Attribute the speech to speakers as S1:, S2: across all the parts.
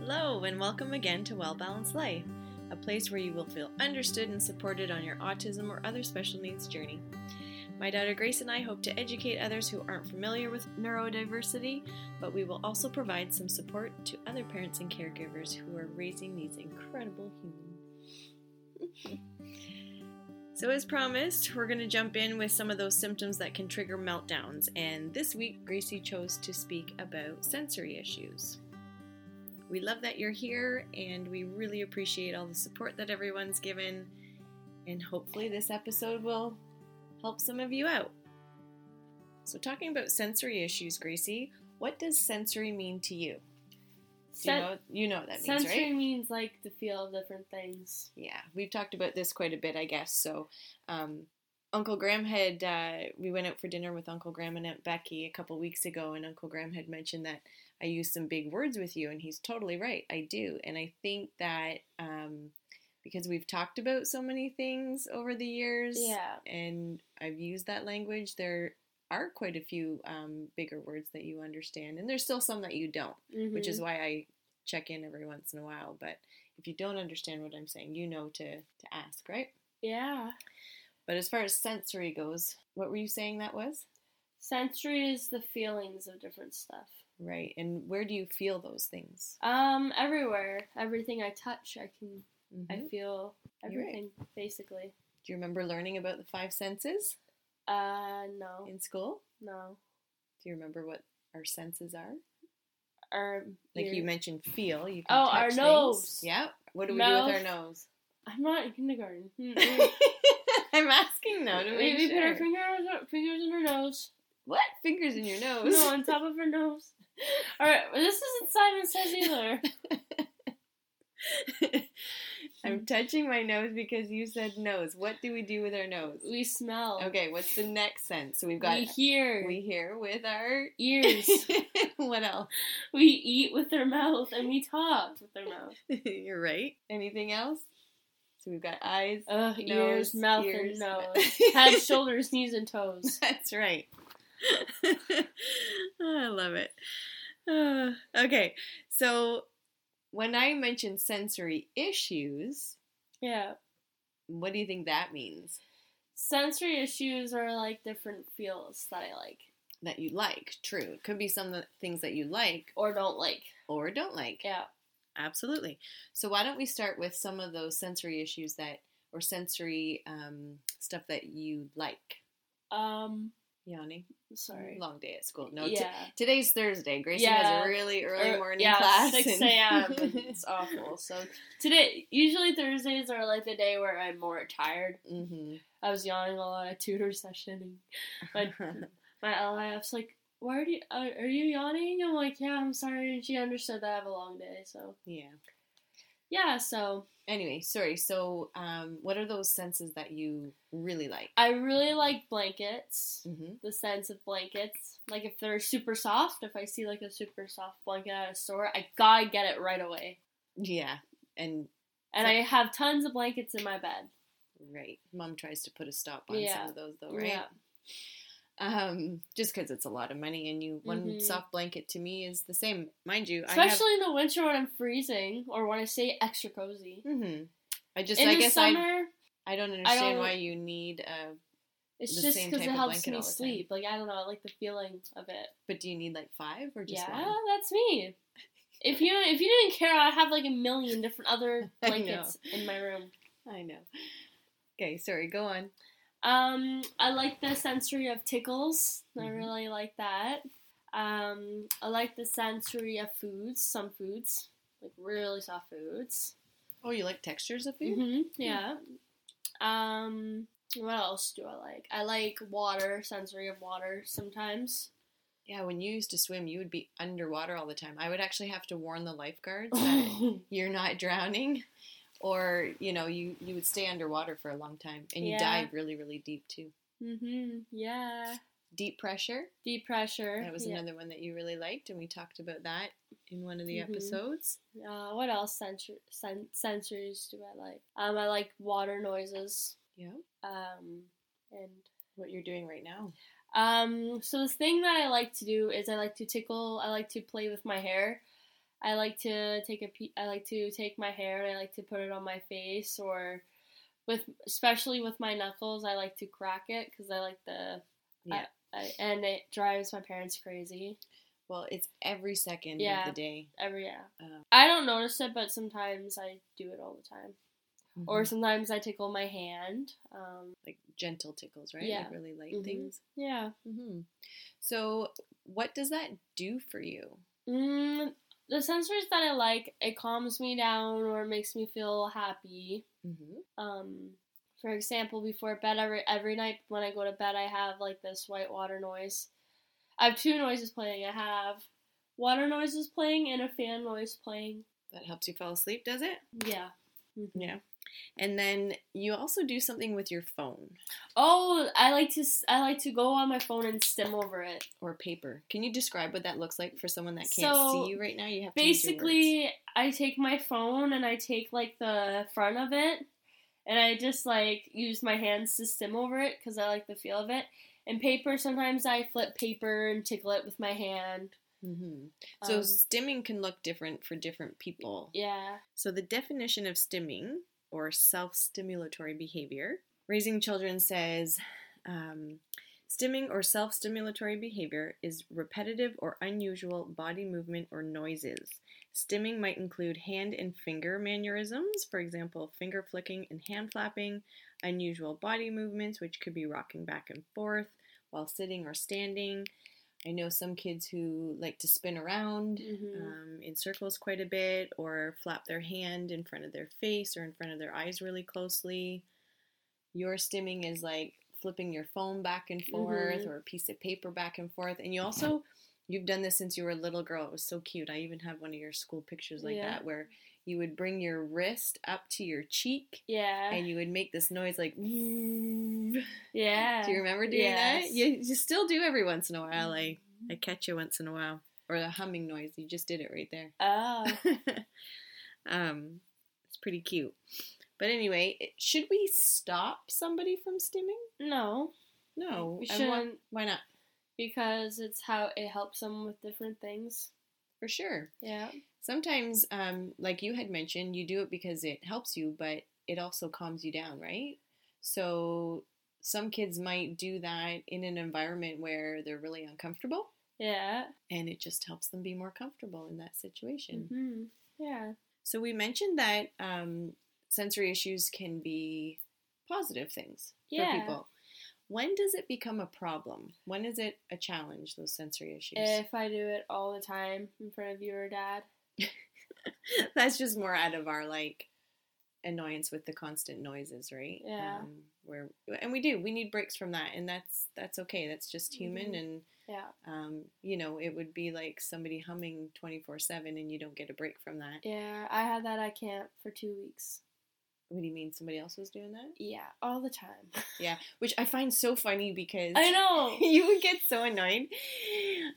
S1: Hello, and welcome again to Well Balanced Life, a place where you will feel understood and supported on your autism or other special needs journey. My daughter Grace and I hope to educate others who aren't familiar with neurodiversity, but we will also provide some support to other parents and caregivers who are raising these incredible humans. so, as promised, we're going to jump in with some of those symptoms that can trigger meltdowns, and this week Gracie chose to speak about sensory issues. We love that you're here and we really appreciate all the support that everyone's given. And hopefully, this episode will help some of you out. So, talking about sensory issues, Gracie, what does sensory mean to you? you,
S2: Sen-
S1: know, you know what that means,
S2: sensory
S1: right?
S2: means like to feel different things.
S1: Yeah, we've talked about this quite a bit, I guess. So, um, Uncle Graham had, uh, we went out for dinner with Uncle Graham and Aunt Becky a couple weeks ago, and Uncle Graham had mentioned that I use some big words with you, and he's totally right. I do. And I think that um, because we've talked about so many things over the years,
S2: Yeah.
S1: and I've used that language, there are quite a few um, bigger words that you understand, and there's still some that you don't which is why I check in every once in a while. But if you don't understand what I'm saying, you know to, to ask, right?
S2: yeah.
S1: But as far as sensory goes, what were you saying that was?
S2: Sensory is the feelings of different stuff.
S1: Right. And where do you feel those things?
S2: Um, everywhere, everything I touch, I can, I feel
S1: Mm-hmm. You're right.
S2: everything basically.
S1: Do you remember learning about the five senses
S2: Uh, no,
S1: in school?
S2: no.
S1: Do you remember what our senses are?
S2: Our
S1: Like you
S2: ear-
S1: mentioned, feel. You can
S2: Oh,
S1: touch
S2: our
S1: things.
S2: nose.
S1: Yeah. What do we do with our nose?
S2: I'm not in kindergarten. Mm-mm.
S1: I'm asking now to
S2: we,
S1: make
S2: we put
S1: sure.
S2: our fingers, fingers in her nose.
S1: what fingers in your nose?
S2: No, on top of her nose. All right, well, this isn't Simon Says either.
S1: I'm touching my nose because you said nose. What do we do with our nose?
S2: We smell.
S1: Okay, what's the next sense? So we've got
S2: we hear.
S1: we hear with our
S2: ears.
S1: what else?
S2: we eat with their mouth and we talk with their mouth.
S1: You're right. Anything else? So we've got eyes,
S2: Ugh,
S1: Nose,
S2: ears, mouth,
S1: ears,
S2: and nose. Head, shoulders, knees, and toes.
S1: That's right. I love it. Uh, okay, so when I mention sensory issues,
S2: Yeah.
S1: what do you think that means?
S2: Sensory issues are like different feels that I like
S1: That you like? True, it could be some of the things that you like
S2: or don't like.
S1: or don't like.
S2: Yeah.
S1: Absolutely. So why don't we start with some of those sensory issues that, or sensory um, stuff that you like?
S2: Um,
S1: Yawning.
S2: sorry.
S1: Long day at school. No. t-
S2: yeah.
S1: today's Thursday. Gracie
S2: Yeah.
S1: has a really early
S2: Or-
S1: morning
S2: yeah,
S1: class.
S2: 6
S1: and-
S2: a.m. and it's awful. So today, usually Thursdays are like the day where I'm more tired.
S1: Mhm.
S2: I was yawning a lot at tutor session and my my LIF's like, why are you are are you yawning? I'm like, yeah, I'm sorry. And she understood that I have a long day, so
S1: yeah.
S2: yeah. So
S1: Anyway, sorry. So, um, what are those senses that you really like?
S2: I really like blankets.
S1: hmm
S2: The sense of blankets, like if they're super soft, if I see like a super soft blanket at a store, I gotta get it right away.
S1: Yeah. And
S2: And I have tons of blankets in my bed.
S1: right, mom tries to put a stop on
S2: Yeah.
S1: some of those, though, right?
S2: Yeah,
S1: Um, just because it's a lot of money, and you one
S2: Mhm.
S1: soft blanket to me is the same, mind you. I have
S2: especially in the winter when I'm freezing or when I stay extra cozy.
S1: hmm I just,
S2: in
S1: I
S2: the
S1: guess
S2: summer,
S1: I, I don't understand
S2: don't-
S1: why you need a,
S2: it's
S1: the
S2: just
S1: same
S2: because it
S1: type of
S2: helps
S1: blanket
S2: me
S1: all the time.
S2: sleep. Like I don't know, I like the feeling of it.
S1: but do you need like five or just
S2: yeah,
S1: one?
S2: that's me. If you if you didn't care, I'd have like a million different other
S1: I
S2: blankets in my room.
S1: I know. Okay, sorry, go on.
S2: Um, I like the sensory of tickles. I
S1: Mhm.
S2: really like that. Um, I like the sensory of foods. Some foods, like really soft foods.
S1: Oh, you like textures of food?
S2: hmm Yeah. Um, what else do I like? I like water. Sensory of water sometimes.
S1: Yeah, when you used to swim, you would be underwater all the time. I would actually have to warn the lifeguards that
S2: yeah,
S1: you're not drowning, or you know, you you would stay underwater for a long time, and you
S2: Yeah.
S1: dive really, really deep too.
S2: hmm Yeah.
S1: Deep pressure.
S2: Deep pressure.
S1: That was
S2: yeah.
S1: another one that you really liked, and we talked about that in one of the
S2: Mhm.
S1: episodes.
S2: Uh, what else sensor- sen- sensors do I like? Um, I like water noises.
S1: Yeah.
S2: Um, and
S1: What you're doing right now.
S2: um, so the thing that I like to do is I like to tickle. I like to play with my hair. I like to take a pe- I like to take my hair and I like to put it on my face or with especially with my knuckles I like to crack it because I like the
S1: Yeah.
S2: I, I, and it drives my parents crazy
S1: Well, it's every second
S2: Yeah.
S1: of the day.
S2: every yeah
S1: Um,
S2: I don't notice it but sometimes I do it all the time
S1: Mm-hmm.
S2: or sometimes I tickle my hand um,
S1: like gentle tickles, right?
S2: Yeah.
S1: Like really light
S2: Mhm.
S1: things.
S2: yeah
S1: hmm So, what does that do for you?
S2: mm, the sensors that I like it calms me down or it makes me feel happy
S1: Mm-hmm.
S2: um for example before bed every every night when i go to bed i have like this white water noise i have two noises playing i have water noises playing and a fan noise playing
S1: That helps you fall asleep, does it?
S2: yeah Mm-hmm.
S1: Yeah. And then you also do something with your phone
S2: oh i like to s- i like to go on my phone and stim over it
S1: or paper. Can you describe what that looks like for someone that can't
S2: So,
S1: see you right now? You have to use your words.
S2: basically i take my phone and i take like the front of it and i just like use my hands to stim over it because i like the feel of it and paper sometimes i flip paper and tickle it with my hand
S1: Mhm. So
S2: Um,
S1: stimming can look different for different people.
S2: Yeah.
S1: So, the definition of stimming or self stimulatory behavior, Raising Children says um, stimming or self stimulatory behavior is repetitive or unusual body movement or noises. Stimming might include hand and finger mannerisms, for example, finger flicking and hand flapping, unusual body movements, which could be rocking back and forth while sitting or standing. I know some kids who like to spin around
S2: hmm
S1: um, in circles quite a bit or flap their hand in front of their face or in front of their eyes really closely. Your stimming is like flipping your phone back and forth
S2: Mhm.
S1: or a piece of paper back and forth. And you also, you've done this since you were a little girl. It was so cute. I even have one of your school pictures like
S2: Yeah.
S1: that where you would bring your wrist up to your cheek
S2: yeah.
S1: and you would make this noise like. Do
S2: yeah.
S1: you remember doing that?
S2: Yes.
S1: You, you still do every once in a while. I,
S2: Mm-hmm.
S1: I catch you once in a while. Or the humming noise. You just did it right there.
S2: Oh.
S1: um, it's pretty cute. But anyway, it- should we stop somebody from stimming?
S2: No.
S1: No,
S2: We
S1: I
S2: shouldn't
S1: want- why not?
S2: because it's how it helps them with different things.
S1: For sure.
S2: Yeah.
S1: Sometimes, um, like you had mentioned, you do it because it helps you, but it also calms you down, right? So some kids might do that in an environment where they're really uncomfortable,
S2: Yeah.
S1: and it just helps them be more comfortable in that situation.
S2: hmm Yeah.
S1: So we mentioned that um, sensory issues can be positive things for
S2: Yeah.
S1: people. When does it become a problem? When is it a challenge? Those sensory issues.
S2: If I do it all the time in front of you or dad.
S1: That's just more out of our like annoyance with the constant noises, right?
S2: Yeah.
S1: Um, where and we do we need breaks from that, and that's that's okay. That's just human,
S2: Mhm.
S1: and
S2: Yeah.
S1: um, you know it would be like somebody humming twenty four seven, and you don't get a break from that.
S2: Yeah. I had that. I can't for two weeks.
S1: What do you mean? Somebody else was doing that?
S2: Yeah. All the time.
S1: Which I find so funny because
S2: I know.
S1: you would get so annoyed.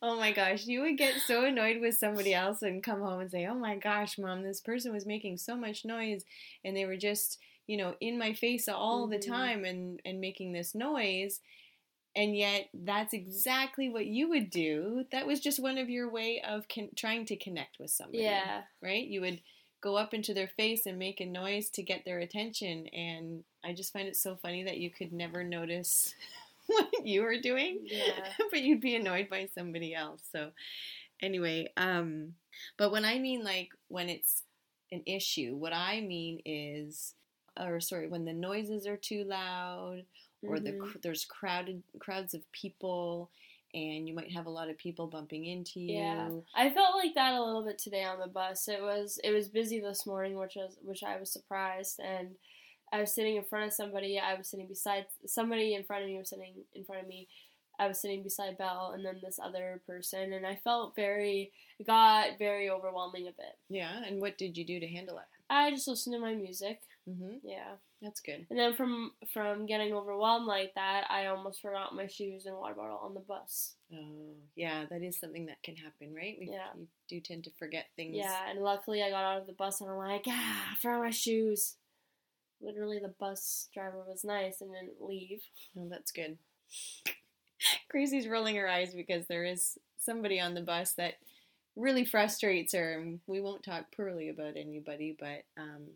S1: Oh my gosh, you would get so annoyed with somebody else and come home and say, "Oh my gosh, mom, this person was making so much noise and they were just, you know, in my face all the
S2: Mhm.
S1: time and and making this noise." And yet that's exactly what you would do. That was just one of your way of con- trying to connect with somebody,
S2: yeah.
S1: right? You would go up into their face and make a noise to get their attention and I just find it so funny that you could never notice what you were doing
S2: Yeah.
S1: but you'd be annoyed by somebody else. So anyway, um but when I mean like when it's an issue, what I mean is or sorry, when the noises are too loud or the
S2: Mhm.
S1: cr- there's crowded crowds of people and you might have a lot of people bumping into you.
S2: Yeah. I felt like that a little bit today on the bus. It was it was busy this morning, which was which I was surprised. And I was sitting in front of somebody. I was sitting beside somebody in front of me. Was sitting in front of me. I was sitting beside Belle, and then this other person. And I felt very it got very overwhelming a bit.
S1: Yeah, and what did you do to handle it?
S2: I just listened to my music.
S1: Mhm.
S2: Yeah.
S1: That's good.
S2: And then from from getting overwhelmed like that, I almost forgot my shoes and water bottle on the bus.
S1: Oh, yeah, that is something that can happen, right? We
S2: Yeah.
S1: you do tend to forget things.
S2: Yeah, and luckily I got out of the bus and I'm like, ah, I forgot my shoes. Literally, the bus driver was nice and didn't leave.
S1: No, that's good. Crazy's rolling her eyes because there is somebody on the bus that really frustrates her. And we won't talk poorly about anybody, but um,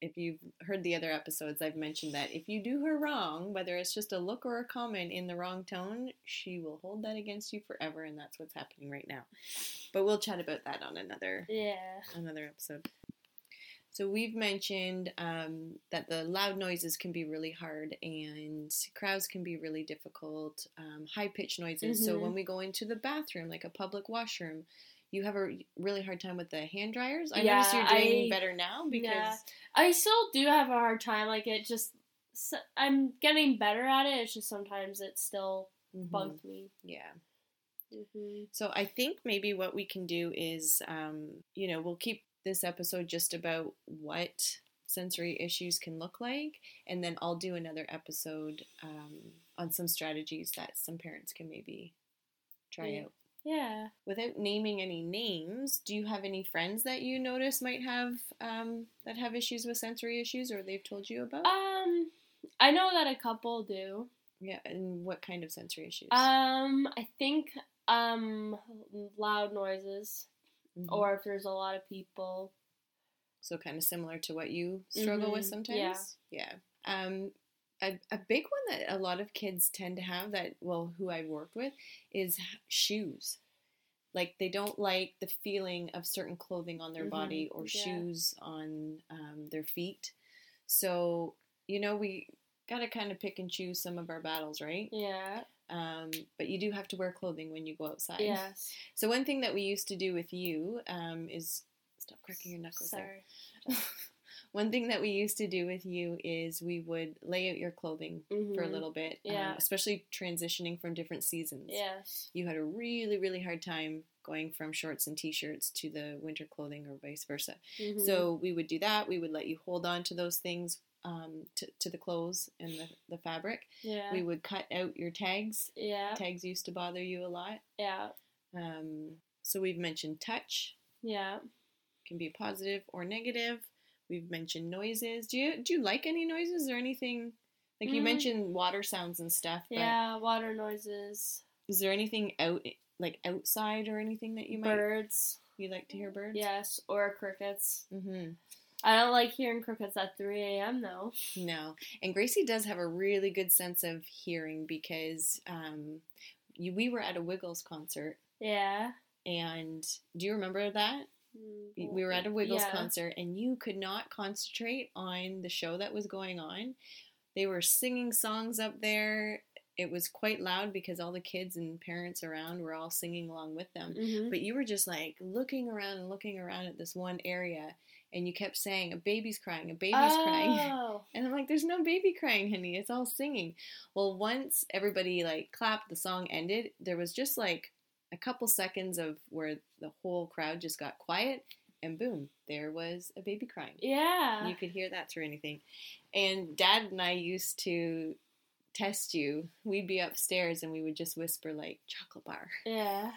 S1: if you've heard the other episodes, I've mentioned that if you do her wrong, whether it's just a look or a comment in the wrong tone, she will hold that against you forever, and that's what's happening right now. But we'll chat about that on another
S2: Yeah.
S1: another episode. So we've mentioned um, that the loud noises can be really hard, and crowds can be really difficult. Um, High pitched noises. So
S2: Mhm.
S1: when we go into the bathroom, like a public washroom, you have a really hard time with the hand dryers. I notice you're
S2: Yeah,
S1: doing
S2: I-
S1: better now because
S2: Yeah. I still do have a hard time. Like it just, s I'm getting better at it. It's just sometimes it still
S1: Mhm,
S2: bugs me.
S1: yeah.
S2: Mm-hmm.
S1: So I think maybe what we can do is, um, you know, we'll keep this episode just about what sensory issues can look like, and then I'll do another episode um, on some strategies that some parents can maybe try
S2: Yeah.
S1: out.
S2: Yeah.
S1: Without naming any names, do you have any friends that you notice might have um, that have issues with sensory issues, or they've told you about?
S2: Um, I know that a couple do.
S1: yeah, and what kind of sensory issues?
S2: Um, I think um loud noises,
S1: Mhm.
S2: or if there's a lot of people.
S1: So kind of similar to what you struggle with
S2: Mhm,
S1: sometimes. Yeah. Um, a, a big one that a lot of kids tend to have that well, who I've worked with is h- shoes. Like they don't like the feeling of certain clothing on their
S2: Mhm,
S1: body or
S2: yeah.
S1: shoes on um, their feet. So you know we got to kind of pick and choose some of our battles, right?
S2: Yeah.
S1: Um, but you do have to wear clothing when you go outside.
S2: Yes.
S1: So one thing that we used to do with you um, is stop cracking your knuckles. there.
S2: Sorry.
S1: One thing that we used to do with you is we would lay out your clothing for a
S2: Mhm.
S1: little bit, um,
S2: Yeah.
S1: especially transitioning from different seasons.
S2: Yes.
S1: You had a really, really hard time going from shorts and t shirts to the winter clothing or vice versa.
S2: Mhm.
S1: Mm-hmm. So we would do that. We would let you hold on to those things, um, to, to the clothes and the, the fabric.
S2: yeah.
S1: We would cut out your tags.
S2: yeah.
S1: Tags used to bother you a lot.
S2: Yeah.
S1: Um, so we've mentioned touch.
S2: Yeah.
S1: can be positive or negative. We've mentioned noises. Do you do you like any noises or anything? Like you
S2: Mm.
S1: mentioned water sounds and stuff, but
S2: Yeah. Water noises.
S1: is there anything out like outside or anything that you might
S2: Birds.
S1: you like to hear birds?
S2: Yes. Or crickets.
S1: hmm
S2: I don't like hearing crickets at 3 a.m. though.
S1: No. And Gracie does have a really good sense of hearing because um, you, we were at a Wiggles concert,
S2: Yeah.
S1: and do you remember that? we were at a Wiggles concert and you could not concentrate on the show that was going on. They were singing songs up there. It was quite loud because all the kids and parents around were all singing along with them.
S2: hmm
S1: But you were just like looking around and looking around at this one area and you kept saying, A baby's crying, a baby's crying.
S2: Oh.
S1: And I'm like, there's no baby crying, honey. It's all singing. Well, once everybody like clapped, the song ended. There was just like a couple seconds of where the whole crowd just got quiet, and boom, there was a baby crying.
S2: Yeah.
S1: You could hear that through anything. And dad and I used to test you. We'd be upstairs and we would just whisper like chocolate bar,
S2: yeah.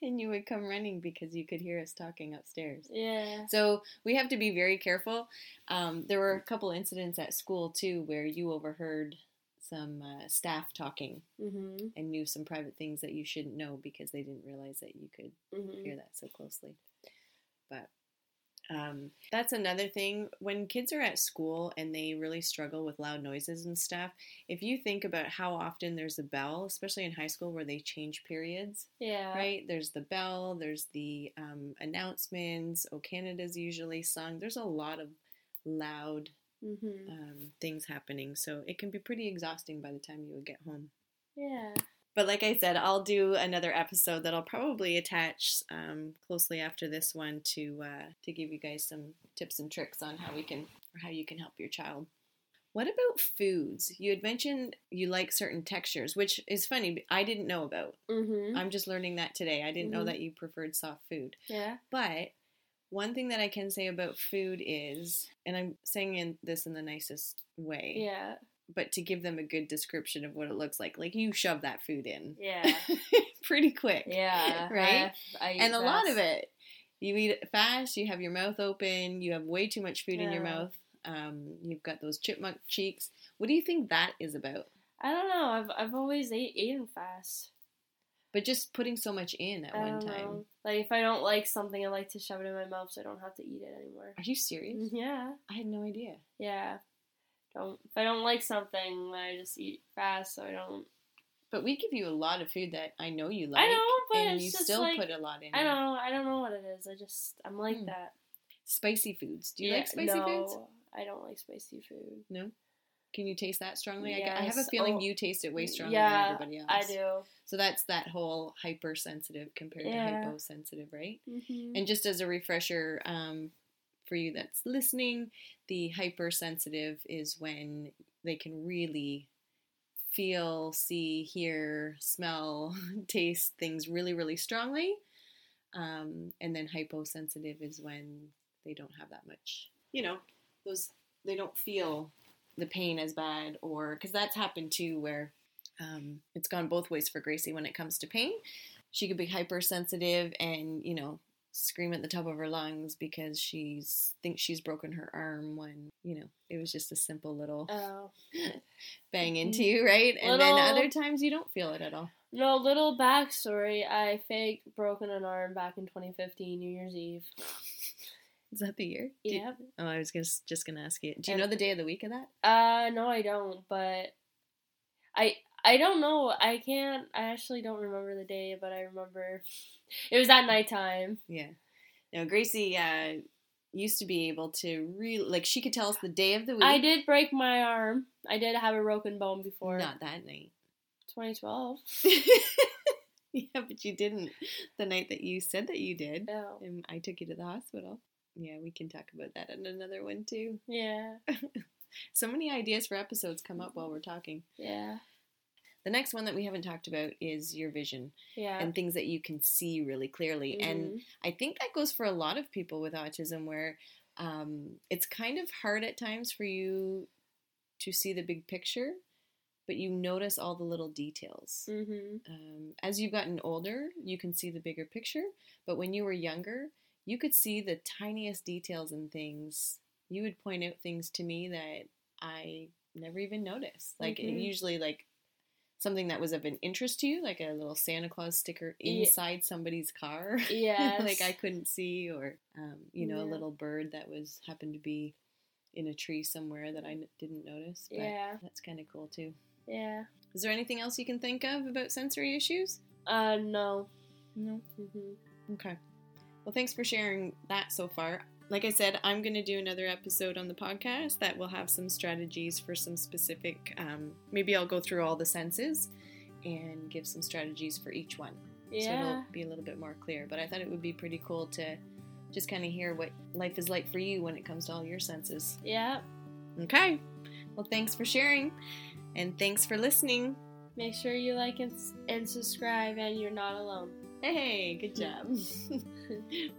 S1: and you would come running because you could hear us talking upstairs.
S2: Yeah.
S1: So we have to be very careful. Um, there were a couple incidents at school too where you overheard some uh, staff talking
S2: hmm
S1: and knew some private things that you shouldn't know because they didn't realize that you could
S2: hmm
S1: hear that so closely. But um, that's another thing. When kids are at school and they really struggle with loud noises and stuff, if you think about how often there's a bell, especially in high school where they change periods,
S2: Yeah.
S1: right? There's the bell, there's the um, announcements. Oh, Canada's usually sung. There's a lot of loud
S2: hmm
S1: um, things happening, so it can be pretty exhausting by the time you would get home.
S2: Yeah.
S1: But like I said, I'll do another episode that I'll probably attach um, closely after this one to uh, to give you guys some tips and tricks on how we can or how you can help your child. What about foods? You had mentioned you like certain textures, which is funny. I didn't know about.
S2: hmm
S1: I'm just learning that today. I didn't know
S2: Mhm.
S1: that you preferred soft food.
S2: Yeah.
S1: But one thing that I can say about food is, and I'm saying in this in the nicest way,
S2: Yeah.
S1: but to give them a good description of what it looks like, like you shove that food in
S2: Yeah.
S1: pretty quick.
S2: Yeah.
S1: Right?
S2: I, I eat
S1: And a lot
S2: fast.
S1: of it, you eat it fast, you have your mouth open, you have way too much food in your
S2: Yeah.
S1: mouth. Um, you've got those chipmunk cheeks. What do you think that is about?
S2: I don't know. I've I've always ate eaten fast.
S1: But just putting so much in at
S2: I
S1: one
S2: don't
S1: time.
S2: know. Like if I don't like something, I like to shove it in my mouth so I don't have to eat it anymore.
S1: Are you serious?
S2: Yeah.
S1: I had no idea.
S2: Yeah. Don't if I don't like something, then I just eat fast so I don't.
S1: But we give you a lot of food that I know you like.
S2: I know, but
S1: and
S2: it's
S1: you
S2: just
S1: still
S2: like
S1: put a lot in.
S2: I
S1: it.
S2: don't know. I don't know what it is. I just I'm like
S1: Hmm.
S2: that.
S1: Spicy foods. Do you
S2: Yeah,
S1: like spicy
S2: no,
S1: foods?
S2: I don't like spicy food.
S1: Can you taste that strongly? I g- I, have a
S2: Yes.
S1: feeling
S2: Oh,
S1: you taste it way stronger
S2: yeah,
S1: than everybody else.
S2: I do.
S1: So that's that whole hypersensitive compared
S2: Yeah.
S1: to hyposensitive, right?
S2: Mm-hmm.
S1: And just as a refresher um, for you that's listening, the hypersensitive is when they can really feel, see, hear, smell, taste things really, really strongly. Um, and then hyposensitive is when they don't have that much, you know, those they don't feel the pain as bad, or because that's happened too, where um, it's gone both ways for Gracie when it comes to pain. She could be hypersensitive and you know scream at the top of her lungs because she's thinks she's broken her arm when you know it was just a simple little
S2: Oh.
S1: bang into you, right? And then
S2: mm-hmm. Little-
S1: other times you don't feel it at all.
S2: No, little backstory. I faked broken an arm back in 2015, New Year's Eve.
S1: Is that the year? Do-
S2: Yep.
S1: Oh, I was gonna, s- just going to ask you. Do you
S2: And-
S1: know the day of the week of that?
S2: Uh, no, I don't. But I I don't know. I can't. I actually don't remember the day, but I remember it was at nighttime.
S1: Yeah. Now Gracie uh, used to be able to really like she could tell us the day of the week.
S2: I did break my arm. I did have a broken bone before.
S1: Not that night.
S2: 2012.
S1: yeah, but you didn't the night that you said that you did.
S2: Oh.
S1: And I took you to the hospital. Yeah, we can talk about that in another one too.
S2: Yeah.
S1: So many ideas for episodes come up while we're talking.
S2: Yeah.
S1: The next one that we haven't talked about is your vision
S2: Yeah.
S1: and things that you can see really clearly. And
S2: Mhm.
S1: I think that goes for a lot of people with autism where um, it's kind of hard at times for you to see the big picture, but you notice all the little details.
S2: Mhm.
S1: Um, as you've gotten older, you can see the bigger picture, but when you were younger, you could see the tiniest details and things. You would point out things to me that I never even noticed. Like it
S2: Mhm.
S1: usually like something that was of an interest to you, like a little Santa Claus sticker
S2: Ye-
S1: inside somebody's car.
S2: Yeah.
S1: like I couldn't see, or um, you know, a
S2: Yeah.
S1: little bird that was happened to be in a tree somewhere that I n- didn't notice. But
S2: Yeah.
S1: that's kind of cool too.
S2: Yeah.
S1: Is there anything else you can think of about sensory issues?
S2: Uh, no.
S1: No.
S2: Mhm.
S1: Okay. Well, thanks for sharing that so far. Like I said, I'm going to do another episode on the podcast that will have some strategies for some specific. Um, maybe I'll go through all the senses and give some strategies for each one. So it'll
S2: Yeah.
S1: be a little bit more clear. But I thought it would be pretty cool to just kind of hear what life is like for you when it comes to all your senses.
S2: yeah.
S1: Okay. Well, thanks for sharing. And thanks for listening.
S2: Make sure you like and, and subscribe, and you're not alone.
S1: Hey, good job.